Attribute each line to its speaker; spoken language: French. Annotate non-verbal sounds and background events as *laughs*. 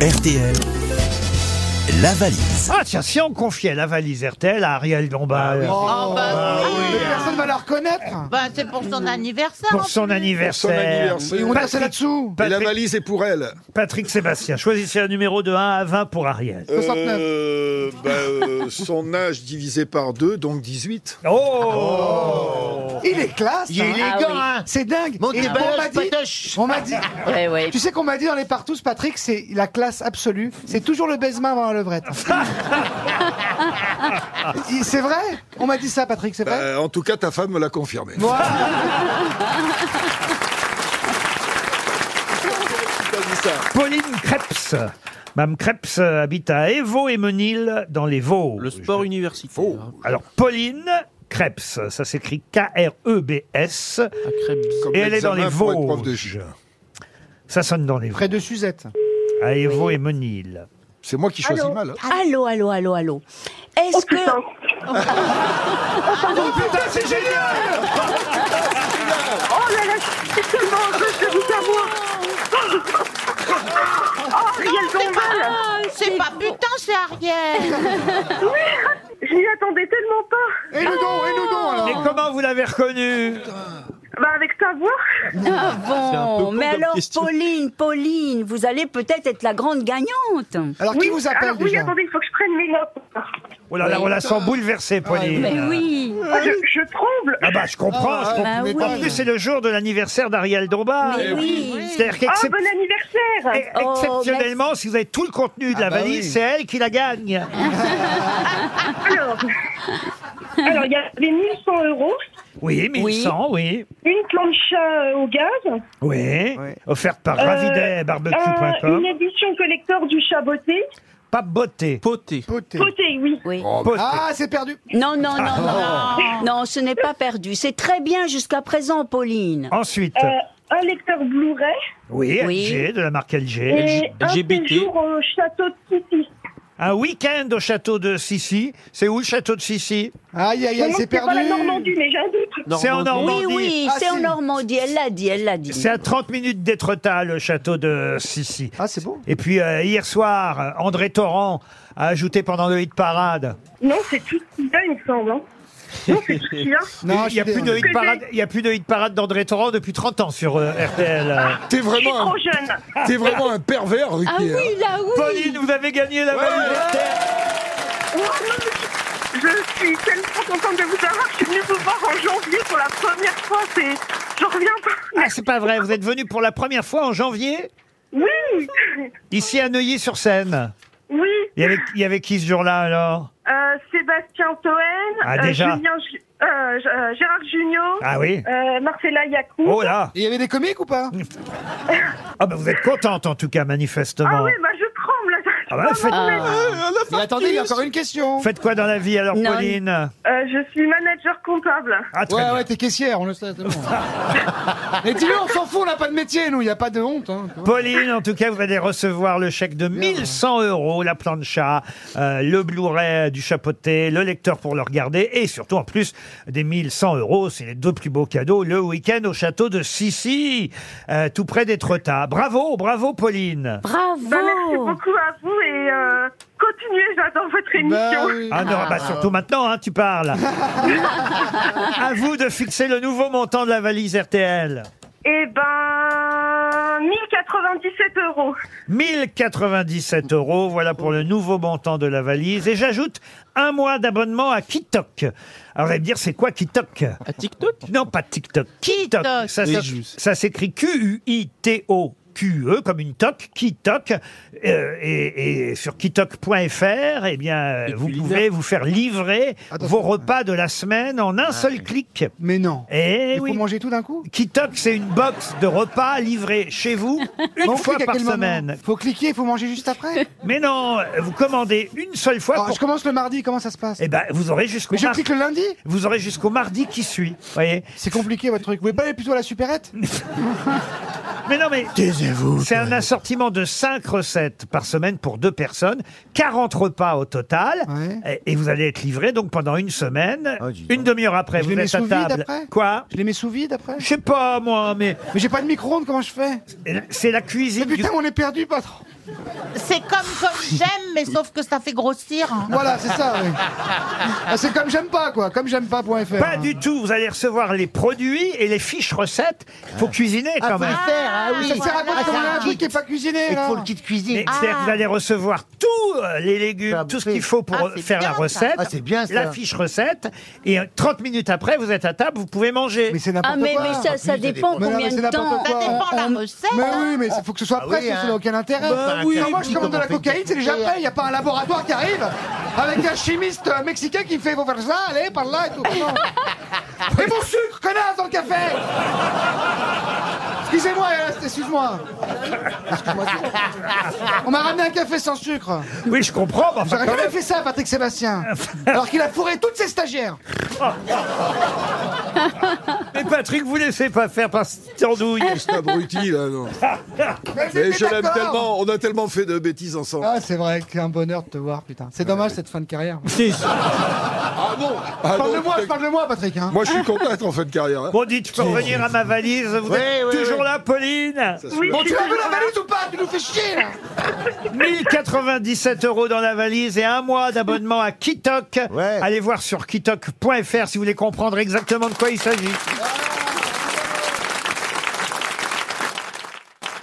Speaker 1: RTL, la valise.
Speaker 2: Ah tiens, si on confiait la valise RTL à Ariel Dombal
Speaker 3: Ah bah oui.
Speaker 4: Mais personne va la reconnaître.
Speaker 3: Bah, c'est pour son anniversaire. en
Speaker 2: pour son
Speaker 3: plus.
Speaker 2: anniversaire.
Speaker 4: Et on
Speaker 2: Patrick-
Speaker 4: est là-dessous.
Speaker 5: Et la
Speaker 2: Patrick,
Speaker 5: valise est pour elle.
Speaker 2: Patrick Sébastien, choisissez un numéro de 1 à 20 pour Ariel.
Speaker 4: 69.
Speaker 5: Euh, bah, euh, son âge divisé par 2, donc 18.
Speaker 2: Oh, Ah.
Speaker 4: Il est classe.
Speaker 6: Il est
Speaker 4: hein.
Speaker 6: élégant, hein
Speaker 4: C'est dingue.
Speaker 6: Monte
Speaker 4: Et
Speaker 6: tes
Speaker 4: on
Speaker 6: bagages,
Speaker 3: bah,
Speaker 4: m'a dit-
Speaker 3: Ah,
Speaker 6: patoche.
Speaker 4: On m'a dit.
Speaker 7: Ouais, ouais.
Speaker 4: Tu sais qu'on m'a dit dans les partous, Patrick, c'est la classe absolue. C'est toujours le baisement avant la levrette. Il- c'est vrai On m'a dit ça, Patrick, c'est vrai
Speaker 5: Bah, en tout cas, ta femme me l'a confirmé.
Speaker 4: Voilà.
Speaker 5: T'as dit ça.
Speaker 2: Pauline Krebs. Mme Krebs habite à Évo et Menil dans les Vosges.
Speaker 8: Le sport universitaire.
Speaker 2: Alors Pauline Krebs, ça s'écrit E K-R-E-B-S.
Speaker 8: À Krebs.
Speaker 5: *laughs* Comme
Speaker 2: Et elle est dans
Speaker 5: l'examen
Speaker 2: les
Speaker 5: pour être prof de
Speaker 2: Vosges.
Speaker 5: gym.
Speaker 2: Ça sonne dans les Vosges.
Speaker 4: Près de Suzette.
Speaker 2: À Évo et Menil.
Speaker 5: C'est moi qui choisis
Speaker 7: Allô
Speaker 5: mal. hein.
Speaker 7: Allô, allô, allô, allô. Est-ce que
Speaker 2: Oh putain, c'est génial
Speaker 9: Oh là là, c'est tellement heureux de vous avoir Oh, Ariel Dombal
Speaker 3: Ah, C'est pas putain, c'est Ariel.
Speaker 9: J'y attendais tellement pas
Speaker 4: Et le don, et le don alors
Speaker 2: Et comment vous l'avez reconnu
Speaker 9: Bah, avec ta voix
Speaker 7: Ah
Speaker 8: un peu con
Speaker 7: bon, mais
Speaker 8: comme
Speaker 7: alors
Speaker 8: question.
Speaker 7: Pauline, Pauline, vous allez peut-être être la grande gagnante.
Speaker 4: Alors qui vous appelle
Speaker 9: alors, Oui,
Speaker 4: déjà Ah
Speaker 9: attendez, il faut que je prenne mes notes.
Speaker 2: Oh là là, on la sent bouleversée, Pauline.
Speaker 7: Mais Ben oui.
Speaker 9: Ah, je, je tremble
Speaker 2: Ah bah je comprends, je comprends.
Speaker 7: bah oui.
Speaker 2: En plus c'est le jour de l'anniversaire d'Ariel Dombal.
Speaker 7: Mais oui.
Speaker 2: C'est-à-dire
Speaker 9: Oh,
Speaker 2: qu'excep-
Speaker 9: bon anniversaire
Speaker 2: eh, exceptionnellement, si vous avez tout le contenu de la
Speaker 6: bah oui.
Speaker 2: valise, c'est elle qui la gagne.
Speaker 4: *laughs*
Speaker 9: Alors, alors, il y avait 1100 euros,
Speaker 2: Oui, 1100, oui.
Speaker 9: une plancha euh, au gaz,
Speaker 2: Oui.
Speaker 4: Ouais.
Speaker 2: Offerte par
Speaker 9: euh, euh,
Speaker 2: ravidet-barbecue.com.
Speaker 9: une édition collector du chat beauté.
Speaker 2: Pas beauté.
Speaker 8: Poté.
Speaker 4: Poté.
Speaker 9: Beauté, oui.
Speaker 7: Oui.
Speaker 5: Oh, bah,
Speaker 2: Beauté.
Speaker 4: Ah, c'est perdu.
Speaker 7: Non, non, non, non. Non, ce n'est pas perdu. C'est très bien jusqu'à présent, Pauline.
Speaker 2: Ensuite,
Speaker 9: Euh, un lecteur Blu-ray
Speaker 2: oui,
Speaker 7: oui.
Speaker 2: LG, de la marque LG.
Speaker 9: et un
Speaker 8: LGBT.
Speaker 9: séjour au château de Titi.
Speaker 2: Un week-end au château de Sissi. C'est où le château de Sissi
Speaker 4: Aïe, aïe, aïe, c'est
Speaker 9: pas la
Speaker 4: perdu.
Speaker 9: Normandie, mais j'ai un doute.
Speaker 2: C'est en
Speaker 7: Oui,
Speaker 2: Normandie.
Speaker 7: oui,
Speaker 4: Ah,
Speaker 7: c'est en
Speaker 4: si.
Speaker 7: Normandie. Elle l'a dit, elle l'a dit.
Speaker 2: C'est à 30 minutes d'Étretat, le château de Sissi.
Speaker 4: Ah, c'est beau.
Speaker 2: Et puis euh, hier soir, euh, André Torrent a ajouté pendant le hit parade.
Speaker 9: Non, c'est tout ce qu'il y a, il me semble. hein. Non, c'est tout ce qu'il y a.
Speaker 4: Non,
Speaker 2: il n'y a,
Speaker 4: je suis
Speaker 2: plus de
Speaker 4: dé-
Speaker 2: hit parade- il y a plus de hit parade d'André Torrent depuis 30 ans sur euh, RTL. euh.
Speaker 5: T'es
Speaker 9: Je suis
Speaker 5: vraiment,
Speaker 9: trop
Speaker 5: un,
Speaker 9: jeune.
Speaker 5: t'es vraiment un pervers, hein. Ruquier.
Speaker 4: Ah
Speaker 7: là,
Speaker 2: Pauline, vous avez gagné la valise RTL.
Speaker 9: Oh non, mais je suis tellement contente de vous avoir. Je suis venue vous voir en janvier pour la première fois. C'est, j'en reviens pas.
Speaker 2: Ah, c'est pas vrai, vous êtes venu pour la première fois en janvier
Speaker 9: Oui,
Speaker 2: Ici à Neuilly-sur-Seine.
Speaker 9: oui.
Speaker 2: Il y avait, il y avait qui ce jour-là alors
Speaker 9: Euh, Sébastien Toen,
Speaker 2: Ah, déjà.
Speaker 9: Julien Ju- euh, G- euh, Gérard Junior,
Speaker 2: Ah oui
Speaker 9: euh, Marcella Yacoub.
Speaker 2: Oh là
Speaker 4: Il y avait des comiques ou pas
Speaker 2: Ah bah vous êtes contente en tout cas manifestement.
Speaker 9: ah oui, bah je tremble. là.
Speaker 2: Ah bah, faites,
Speaker 4: Mais attendez, il y a encore une question.
Speaker 2: faites quoi dans la vie alors
Speaker 7: Non.
Speaker 2: Pauline
Speaker 9: Euh, je suis manager comptable.
Speaker 2: Ah très
Speaker 4: Ouais,
Speaker 2: bien.
Speaker 4: ouais, t'es caissière, on le sait, c'est bon. Mais dis-le, on s'en fout, on n'a pas de métier, nous, il n'y a pas de honte. Hein, tu vois.
Speaker 2: Pauline, en tout cas, vous allez recevoir le chèque de 1100 euros, la plancha, euh, le Blu-ray du chapeauté, le lecteur pour le regarder, et surtout, en plus des 1100 euros, c'est les deux plus beaux cadeaux, le week-end au château de Sissi, euh, tout près d'Étretat. Bravo, bravo Pauline
Speaker 9: Bah,
Speaker 2: Oh.
Speaker 9: merci
Speaker 7: Bravo.
Speaker 9: beaucoup à vous et euh, continuez, j'adore votre
Speaker 4: Bah
Speaker 9: émission.
Speaker 4: oui.
Speaker 2: ah non, bah surtout maintenant, hein, tu parles. à vous de fixer le nouveau montant de la valise RTL.
Speaker 9: Eh ben, 1097 euros.
Speaker 2: 1097 euros, voilà pour le nouveau montant de la valise. Et j'ajoute un mois d'abonnement à Kitok. Alors, vous allez me dire, c'est quoi Kitok
Speaker 8: À TikTok
Speaker 2: Non, pas TikTok. Kitok.
Speaker 3: Kitok.
Speaker 2: Ça,
Speaker 8: Oui,
Speaker 2: s'éc-
Speaker 8: juste.
Speaker 2: ça s'écrit Q-U-I-T-O. QE E, comme une toc, Kitok, euh, et, et sur kitok.fr, eh bien,
Speaker 8: Et
Speaker 2: vous
Speaker 8: culinaire.
Speaker 2: pouvez vous faire livrer
Speaker 4: Attention.
Speaker 2: vos repas de la semaine en un seul clic.
Speaker 4: Mais non.
Speaker 2: Et
Speaker 4: Il faut
Speaker 2: Eh oui,
Speaker 4: manger tout d'un coup
Speaker 2: Kitok, c'est une box de repas livrés chez
Speaker 4: *laughs*
Speaker 2: vous une
Speaker 4: On
Speaker 2: fois
Speaker 4: clique à
Speaker 2: par
Speaker 4: quel moment
Speaker 2: semaine.
Speaker 4: Faut cliquer, faut manger juste après.
Speaker 2: Mais non, vous commandez une seule fois.
Speaker 4: Alors,
Speaker 2: Pour...
Speaker 4: Ah, je commence le mardi, comment ça se passe
Speaker 2: Eh ben, vous aurez jusqu'au
Speaker 4: Mais je
Speaker 2: mar-
Speaker 4: clique le lundi
Speaker 2: vous aurez jusqu'au mardi qui suit. Voyez.
Speaker 4: C'est compliqué votre truc. Vous pouvez pas aller plutôt à la supérette
Speaker 2: Mais non, mais
Speaker 6: Taisez-vous.
Speaker 2: c'est un assortiment de 5 recettes par semaine pour deux personnes, 40 repas au total,
Speaker 4: Ouais. Oh,
Speaker 2: et et vous allez être livré donc pendant une semaine,
Speaker 6: Ah, dis donc.
Speaker 2: une demi-heure après,
Speaker 4: Je
Speaker 2: vous
Speaker 4: les
Speaker 2: êtes
Speaker 4: mets
Speaker 2: à
Speaker 4: sous vide
Speaker 2: table.
Speaker 4: après
Speaker 2: Quoi
Speaker 4: Je les mets sous
Speaker 2: *laughs*
Speaker 4: vide après
Speaker 2: Je sais pas moi, mais
Speaker 4: Mais j'ai pas de micro-ondes, comment je fais
Speaker 2: c'est la
Speaker 4: Mais
Speaker 2: cuisine. du-
Speaker 4: putain, on est perdu, patron
Speaker 3: C'est comme comme j'aime, mais sauf que ça fait grossir. hein.
Speaker 4: Voilà, c'est ça. oui. Ah, c'est comme j'aime pas, quoi. Comme j'aime pas.fr.
Speaker 2: Pas du tout. Vous allez recevoir les produits et les fiches recettes. Faut cuisiner
Speaker 6: Ah,
Speaker 2: quand
Speaker 6: faut le
Speaker 2: même.
Speaker 6: faire, ah oui.
Speaker 4: Ça sert à quoi
Speaker 6: Ah,
Speaker 4: de commander
Speaker 6: c'est
Speaker 4: un
Speaker 6: un
Speaker 4: truc qui est pas cuisiné
Speaker 6: Il
Speaker 4: là
Speaker 6: faut le kit cuisine.
Speaker 2: Et C'est-à-dire que vous allez recevoir tous euh, les
Speaker 6: Faire
Speaker 2: légumes,
Speaker 6: à
Speaker 2: tout ce
Speaker 6: bouffer.
Speaker 2: qu'il faut pour
Speaker 3: Ah,
Speaker 2: euh,
Speaker 3: c'est
Speaker 2: faire la
Speaker 3: bien, ça.
Speaker 2: recette,
Speaker 6: Ah, c'est bien, ça.
Speaker 2: la fiche recette, et euh, 30 minutes après, vous êtes à table, vous pouvez manger.
Speaker 4: Mais c'est
Speaker 7: Ah,
Speaker 4: n'importe
Speaker 7: mais,
Speaker 4: quoi.
Speaker 7: mais ça, ça
Speaker 6: Plus, ça dépend.
Speaker 7: dépend
Speaker 6: Mais
Speaker 4: non,
Speaker 7: combien
Speaker 4: mais c'est
Speaker 7: de temps.
Speaker 4: n'importe
Speaker 3: Ça
Speaker 4: quoi.
Speaker 3: dépend de la
Speaker 7: On-
Speaker 3: recette.
Speaker 4: Mais
Speaker 3: hein.
Speaker 4: oui, mais il faut que ce soit
Speaker 6: Ah
Speaker 4: prêt,
Speaker 6: oui,
Speaker 4: sinon ça
Speaker 6: hein.
Speaker 4: n'a aucun intérêt.
Speaker 6: Bah oui.
Speaker 4: Moi, je commande de la
Speaker 6: Comment on fait
Speaker 4: cocaïne, c'est déjà prêt. Il n'y a pas un laboratoire qui arrive avec un chimiste euh, mexicain qui fait faut faire ça, allez, par là et tout. Non. Et mon sucre, connasse, dans le café Excusez-moi, euh, excuse-moi. Excuse-moi, excuse-moi. On m'a ramené un café sans sucre.
Speaker 2: Oui, je comprends. mais enfin,
Speaker 4: J'aurais jamais fait ça, Patrick Sébastien. Alors qu'il a fourré toutes ses stagiaires.
Speaker 2: mais Patrick, vous laissez pas faire par cette andouille.
Speaker 5: Cet abruti, là,
Speaker 4: *laughs*
Speaker 5: non.
Speaker 4: Mais
Speaker 5: Mais
Speaker 4: j'étais
Speaker 5: je l'aime
Speaker 4: d'accord.
Speaker 5: tellement, on a tellement fait de bêtises ensemble.
Speaker 4: Ah, c'est vrai, c'est un bonheur de te voir, putain. C'est dommage cette fin de carrière.
Speaker 5: Ah non ah non,
Speaker 4: Parle-moi,
Speaker 5: putain,
Speaker 4: parle-moi, Patrick. hein.
Speaker 5: Moi, je suis content d'être en fin de carrière. hein.
Speaker 2: Bon, dites, je peux revenir à ma valise. Vous
Speaker 6: Oui,
Speaker 2: êtes
Speaker 6: oui,
Speaker 2: toujours
Speaker 6: oui.
Speaker 2: là, Pauline
Speaker 5: Ça
Speaker 9: Oui,
Speaker 5: soulage.
Speaker 4: Bon,
Speaker 9: je
Speaker 4: tu as vu la valise ou pas Tu nous fais chier, là
Speaker 2: 1097 euros dans la valise et un mois d'abonnement à Kitok.
Speaker 6: Ouais.
Speaker 2: Allez voir sur kitok.fr si vous voulez comprendre exactement de quoi il s'agit.